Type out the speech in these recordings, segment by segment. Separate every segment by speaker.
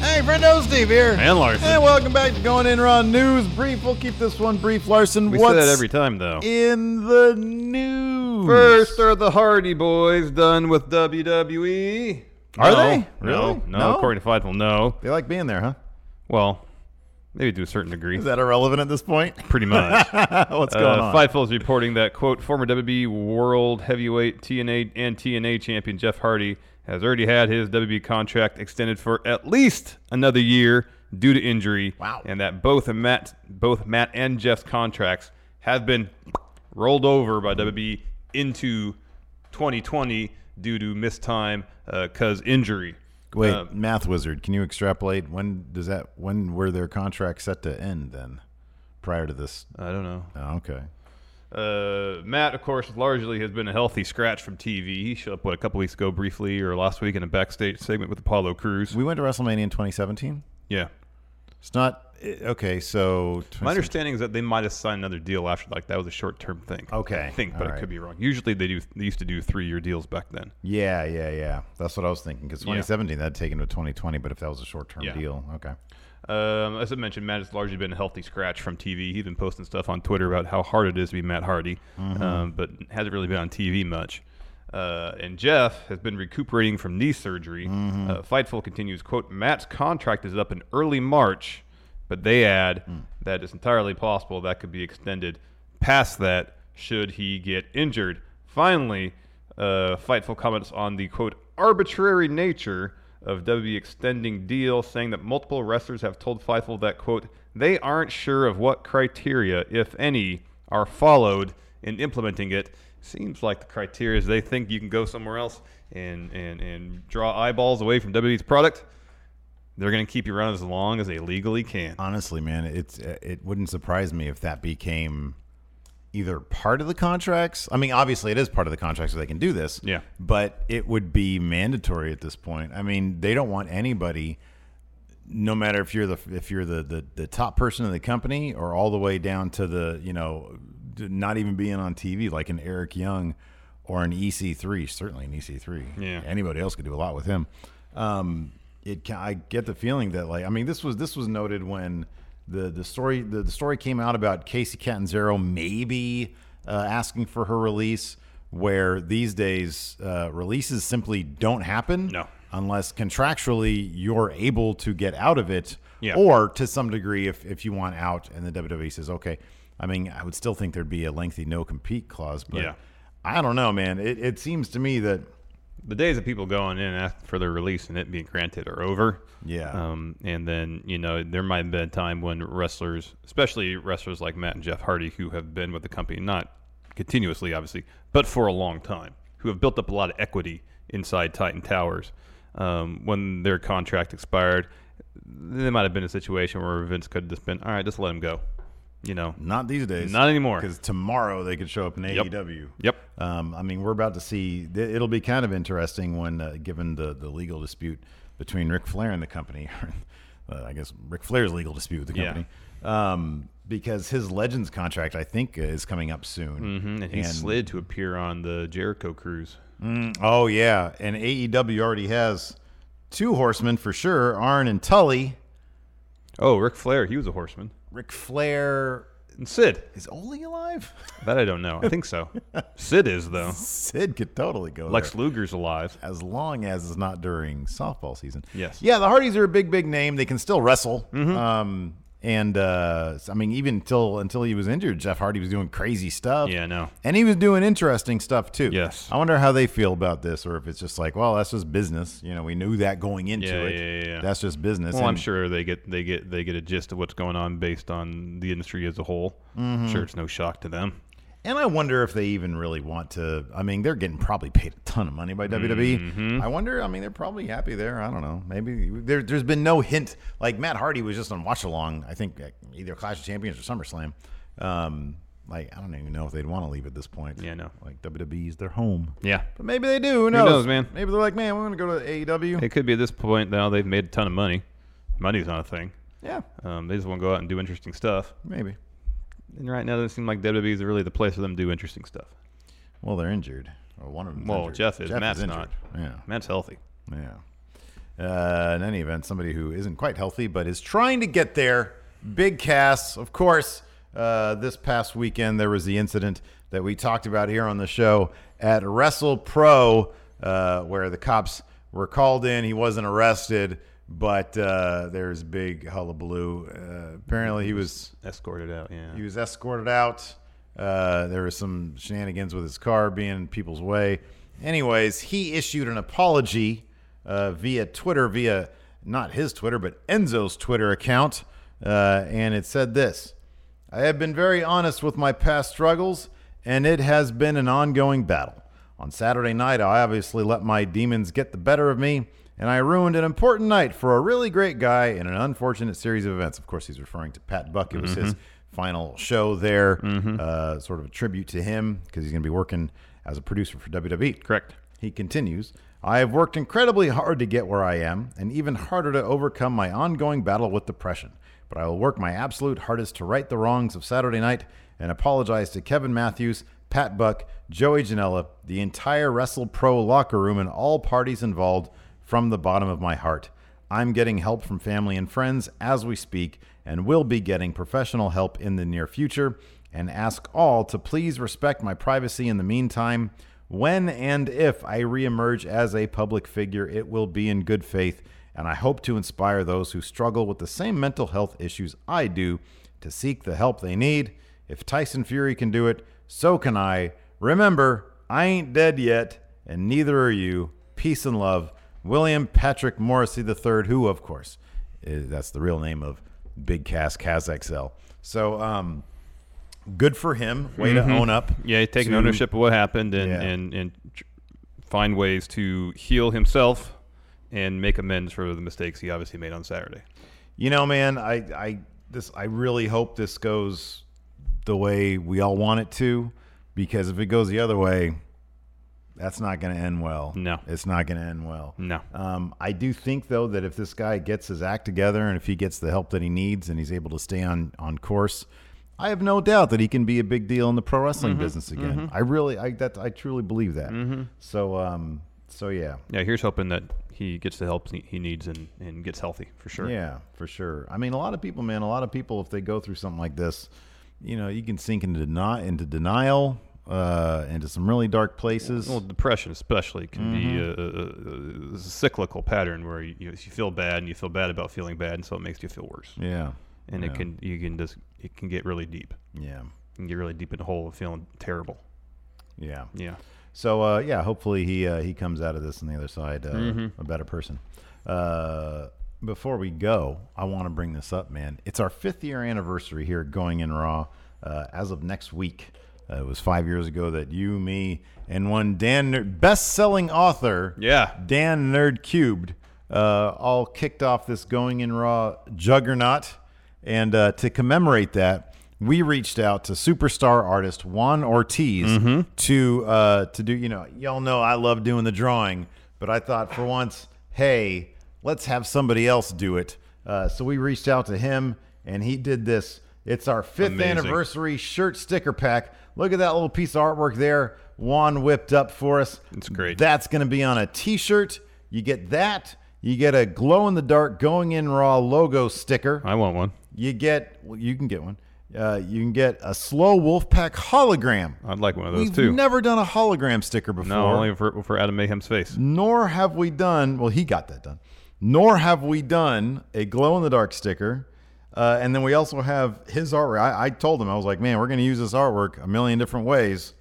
Speaker 1: Hey, friendo, Steve here.
Speaker 2: And Larson.
Speaker 1: And welcome back to Going In Raw News Brief. We'll keep this one brief, Larson.
Speaker 2: we
Speaker 1: What's
Speaker 2: say that every time, though.
Speaker 1: in the news?
Speaker 3: First are the Hardy Boys done with E? WWE.
Speaker 1: Are
Speaker 2: no,
Speaker 1: they?
Speaker 2: No,
Speaker 1: Really?
Speaker 2: no,
Speaker 1: No?
Speaker 2: According to Fightful, no.
Speaker 1: They like being there, huh?
Speaker 2: Well, maybe to a certain degree.
Speaker 1: Is that irrelevant at this point?
Speaker 2: Pretty much.
Speaker 1: What's going
Speaker 2: uh,
Speaker 1: on?
Speaker 2: Fightful is reporting that quote former WWE World Heavyweight TNA and TNA champion Jeff Hardy has already had his WWE contract extended for at least another year due to injury.
Speaker 1: Wow.
Speaker 2: And that both Matt both Matt and Jeff's contracts have been rolled over by WWE into 2020 due to missed time uh, cause injury.
Speaker 1: Wait,
Speaker 2: uh,
Speaker 1: math wizard, can you extrapolate when does that when were their contracts set to end then? Prior to this.
Speaker 2: I don't know.
Speaker 1: Oh, okay.
Speaker 2: Uh, Matt, of course, largely has been a healthy scratch from TV. He showed up what a couple weeks ago, briefly, or last week in a backstage segment with Apollo Cruz.
Speaker 1: We went to WrestleMania in 2017.
Speaker 2: yeah,
Speaker 1: It's not eh, okay, so
Speaker 2: my understanding is that they might have signed another deal after, like that was a short-term thing.
Speaker 1: Okay.
Speaker 2: I think, but
Speaker 1: All
Speaker 2: I
Speaker 1: right.
Speaker 2: could be wrong. Usually, they do. They used to do three-year deals back then.
Speaker 1: Yeah, yeah, yeah. That's what I was thinking cuz
Speaker 2: Yeah.
Speaker 1: 2017 that'd taken to 2020, but if that was a short-term
Speaker 2: Yeah.
Speaker 1: deal, okay.
Speaker 2: Um, as I mentioned, Matt has largely been a healthy scratch from TV. He's been posting stuff on Twitter about how hard it is to be Matt Hardy, um, but hasn't really been on TV much. Uh, and Jeff has been recuperating from knee surgery. Uh, Fightful continues, quote, Matt's contract is up in early March, but they add that it's entirely possible that could be extended past that should he get injured. Finally, uh, Fightful comments on the quote arbitrary nature of WWE extending deal, saying that multiple wrestlers have told Fightful that quote they aren't sure of what criteria, if any, are followed in implementing it. Seems like the criteria is they think you can go somewhere else and and and draw eyeballs away from WWE's product. They're going to keep you around as long as they legally can.
Speaker 1: Honestly, man, it's eh, it wouldn't surprise me if that became either part of the contracts. I mean, obviously it is part of the contracts so they can do this.
Speaker 2: Yeah.
Speaker 1: But it would be mandatory at this point. I mean, they don't want anybody no matter if you're the if you're the the, the top person in the company or all the way down to the, you know, not even being on TV like an Eric Young or an EC3, certainly an EC3.
Speaker 2: Yeah.
Speaker 1: Anybody else could do a lot with him. Um it ca- I get the feeling that like I mean this was this was noted when the the story the, the story came out about Casey Catanzaro maybe uh, asking for her release where these days uh, releases simply don't happen
Speaker 2: No.
Speaker 1: unless contractually you're able to get out of it
Speaker 2: Yeah.
Speaker 1: or to some degree if, if you want out and the WWE says okay I mean I would still think there'd be a lengthy no compete clause but
Speaker 2: Yeah.
Speaker 1: I don't know man it, it seems to me that
Speaker 2: the days of people going in and asking for their release and it being granted are over.
Speaker 1: Yeah.
Speaker 2: Um, and then you know there might have been a time when wrestlers, especially wrestlers like Matt and Jeff Hardy, who have been with the company not continuously, obviously, but for a long time, who have built up a lot of equity inside Titan Towers, um, when their contract expired, there might have been a situation where Vince could have just been, all right, just let him go. You know.
Speaker 1: Not these days.
Speaker 2: Not anymore.
Speaker 1: Because tomorrow they could show up in
Speaker 2: Yep.
Speaker 1: AEW.
Speaker 2: Yep.
Speaker 1: Um, I mean, we're about to see. th- It'll be kind of interesting when, uh, given the the legal dispute between Ric Flair and the company, uh, I guess Ric Flair's legal dispute with the
Speaker 2: Yeah.
Speaker 1: company, um, because his Legends contract, I think, uh, is coming up soon.
Speaker 2: Mhm, And he slid to appear on the Jericho cruise.
Speaker 1: Oh yeah, and AEW already has two horsemen for sure: Arn and Tully.
Speaker 2: Oh, Ric Flair, he was a horseman.
Speaker 1: Ric Flair
Speaker 2: And Sid.
Speaker 1: is Ole alive?
Speaker 2: That I don't know. I think so. Sid is though.
Speaker 1: Sid could totally go. there.
Speaker 2: Lex Luger's alive.
Speaker 1: as long as it's not during softball season.
Speaker 2: Yes. Mm-hmm.
Speaker 1: Yeah, the Hardys are a big, big name. They can still wrestle. Um, and uh, I mean, even until until he was injured, Jeff Hardy was doing crazy stuff.
Speaker 2: Yeah, I know.
Speaker 1: And he was doing interesting stuff too.
Speaker 2: Yes.
Speaker 1: I wonder how they feel about this, or if it's just like, well, that's just business. You know, we knew that going into
Speaker 2: Yeah,
Speaker 1: it.
Speaker 2: yeah, yeah, yeah.
Speaker 1: That's just business.
Speaker 2: Well, I'm
Speaker 1: And-
Speaker 2: sure they get they get Mm-hmm. they get a gist of what's going on based on the industry as a whole. Sure, it's no shock to them.
Speaker 1: And I wonder if they even really want to. I mean, they're getting probably paid a ton of money by
Speaker 2: Mm-hmm.
Speaker 1: WWE. I wonder. I mean, they're probably happy there. I don't know. Maybe there, there's been no hint. Like Matt Hardy was just on watch along. I think at either Clash of Champions or SummerSlam. Um, like I don't even know if they'd want to leave at this point.
Speaker 2: Yeah, I know.
Speaker 1: Like WWE's their home.
Speaker 2: Yeah.
Speaker 1: But maybe they do. Who knows?
Speaker 2: knows, man?
Speaker 1: Maybe they're like, man, we're gonna go to E AEW.
Speaker 2: It could be at this point now they've made a ton of money. Money's not a thing.
Speaker 1: yeah,
Speaker 2: Um, they just want to go out and do interesting stuff.
Speaker 1: maybe.
Speaker 2: And right now, it doesn't seem like WWE is really the place for them to do interesting stuff.
Speaker 1: Well, they're injured. Or one of them.
Speaker 2: Well, Jeff is. Matt's not.
Speaker 1: Yeah.
Speaker 2: Matt's healthy.
Speaker 1: Yeah. Uh, in any event, somebody who isn't quite healthy but is trying to get there. Big Cass, of course. Uh, this past weekend, there was the incident that we talked about here on the show at Wrestle Pro, uh, where the cops were called in. He wasn't arrested, but uh, there's big hullabaloo. Uh, apparently, he was
Speaker 2: Escorted out, yeah.
Speaker 1: he was escorted out. Uh, there was some shenanigans with his car being in people's way. Anyways, he issued an apology uh, via Twitter, via not his Twitter, but Enzo's Twitter account. Uh, and it said this I have been very honest with my past struggles, and it has been an ongoing battle. On Saturday night, I obviously let my demons get the better of me, and I ruined an important night for a really great guy in an unfortunate series of events. Of course, he's referring to Pat Buck. It was his final show there, uh, sort of a tribute to him because he's going to be working as a producer for E. WWE.
Speaker 2: Correct.
Speaker 1: He continues, I have worked incredibly hard to get where I am, and even harder to overcome my ongoing battle with depression. But I will work my absolute hardest to right the wrongs of Saturday night and apologize to Kevin Matthews, Pat Buck, Joey Janela, the entire Wrestle Pro locker room, and all parties involved from the bottom of my heart. I'm getting help from family and friends as we speak and will be getting professional help in the near future and ask all to please respect my privacy in the meantime. When and if I reemerge as a public figure, it will be in good faith and I hope to inspire those who struggle with the same mental health issues I do to seek the help they need. If Tyson Fury can do it, so can I. Remember, I ain't dead yet, and neither are you. Peace and love. William Patrick Morrissey III, who, of course, is, that's the real name of Big Cass, Kaz XL. So, um, good for him. Way to own up.
Speaker 2: Mm-hmm. Yeah, he's taking
Speaker 1: to-
Speaker 2: ownership of what happened and,
Speaker 1: Yeah.
Speaker 2: and, and tr- find ways to heal himself and make amends for the mistakes he obviously made on Saturday.
Speaker 1: You know, man, I, I this I really hope this goes the way we all want it to, because if it goes the other way, that's not going to end well.
Speaker 2: No.
Speaker 1: it's not going to end well.
Speaker 2: No.
Speaker 1: Um, I do think though that if this guy gets his act together and if he gets the help that he needs and he's able to stay on on course, I have no doubt that he can be a big deal in the pro wrestling
Speaker 2: Mm-hmm.
Speaker 1: business again. I really, I that I truly believe that. So, um, so yeah,
Speaker 2: Yeah, here's hoping that he gets the help he he needs and, and gets healthy for sure.
Speaker 1: Yeah, for sure. I mean, a lot of people, man, a lot of people, if they go through something like this, you know, you can sink into deni- into denial, uh, into some really dark places.
Speaker 2: Well, depression especially can
Speaker 1: Mm-hmm.
Speaker 2: be a- a, a, a cyclical pattern where you, you you feel bad and you feel bad about feeling bad, and so it makes you feel worse.
Speaker 1: yeah,
Speaker 2: And it can you can just it can get really deep.
Speaker 1: yeah,
Speaker 2: You can get really deep in the hole of feeling terrible.
Speaker 1: yeah,
Speaker 2: Yeah.
Speaker 1: So uh, yeah, hopefully he uh, he comes out of this on the other side uh,
Speaker 2: Mm-hmm.
Speaker 1: a better person. Uh, before we go, I want to bring this up, man. It's our fifth year anniversary here at Going in Raw. Uh, as of next week, uh, it was five years ago that you, me, and one Dan Nerd, best-selling author,
Speaker 2: Yeah.
Speaker 1: Dan Nerd Cubed, uh, all kicked off this Going in Raw juggernaut. And uh, to commemorate that, we reached out to superstar artist Juan Ortiz
Speaker 2: Mm-hmm.
Speaker 1: to uh, to do. You know, y'all know I love doing the drawing, but I thought for once, hey, let's have somebody else do it. Uh, so we reached out to him, and he did this. It's our fifth
Speaker 2: Amazing.
Speaker 1: anniversary shirt sticker pack. Look at that little piece of artwork there. Juan whipped up for us.
Speaker 2: It's great.
Speaker 1: That's going to be on a t shirt. You get that. You get a glow in the dark going in raw logo sticker.
Speaker 2: I want one.
Speaker 1: You get, well, you can get one. Uh, you can get a slow Wolfpack hologram.
Speaker 2: I'd like one of those
Speaker 1: We've
Speaker 2: too.
Speaker 1: never done a hologram sticker before.
Speaker 2: no, only for, for Adam Mayhem's face.
Speaker 1: Nor have we done, well, he got that done. Nor have we done a glow in the dark sticker. Uh, and then we also have his artwork. I, I told him, I was like, man, we're going to use this artwork a million different ways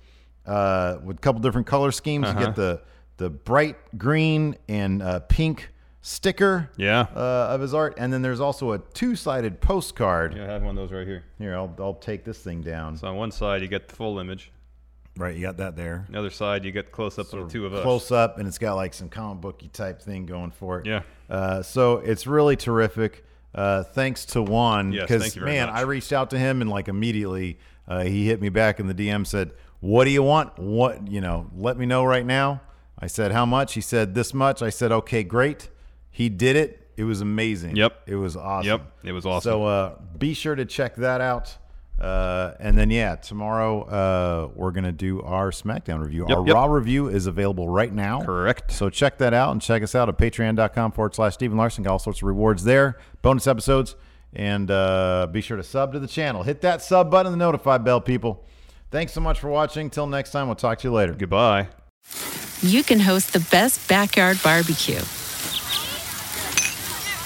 Speaker 2: Uh-huh.
Speaker 1: uh, with a couple different color schemes. You get the, the bright green and uh, pink sticker
Speaker 2: Yeah.
Speaker 1: uh, of his art. And then there's also a two sided postcard.
Speaker 2: Yeah, I have one of those right here.
Speaker 1: Here, I'll, I'll take this thing down.
Speaker 2: So on one side you get the full image,
Speaker 1: Right, you got that there.
Speaker 2: the other side you get close up of the two of us.
Speaker 1: Close up, and it's got like some comic booky type thing going for it.
Speaker 2: Yeah.
Speaker 1: Uh, so it's really terrific. Uh, thanks to Juan
Speaker 2: Yes,
Speaker 1: because
Speaker 2: thank you very
Speaker 1: man,
Speaker 2: much.
Speaker 1: I reached out to him and like immediately uh, he hit me back in the DM said, "What do you want? What you know? Let me know right now." I said, "How much?" He said, "This much." I said, "Okay, great." He did it. It was amazing.
Speaker 2: Yep.
Speaker 1: It was awesome.
Speaker 2: Yep, it was awesome.
Speaker 1: So uh, be sure to check that out. Uh, and then yeah, tomorrow uh, we're gonna do our SmackDown review.
Speaker 2: Yep,
Speaker 1: our
Speaker 2: yep.
Speaker 1: Raw review is available right now.
Speaker 2: Correct.
Speaker 1: So check that out and check us out at patreon.com forward slash Stephen Larson. Got all sorts of rewards there, bonus episodes, and uh, be sure to sub to the channel. Hit that sub button and the notify bell, people. Thanks so much for watching. Till next time, we'll talk to you later.
Speaker 2: Goodbye.
Speaker 4: you can host the best backyard barbecue.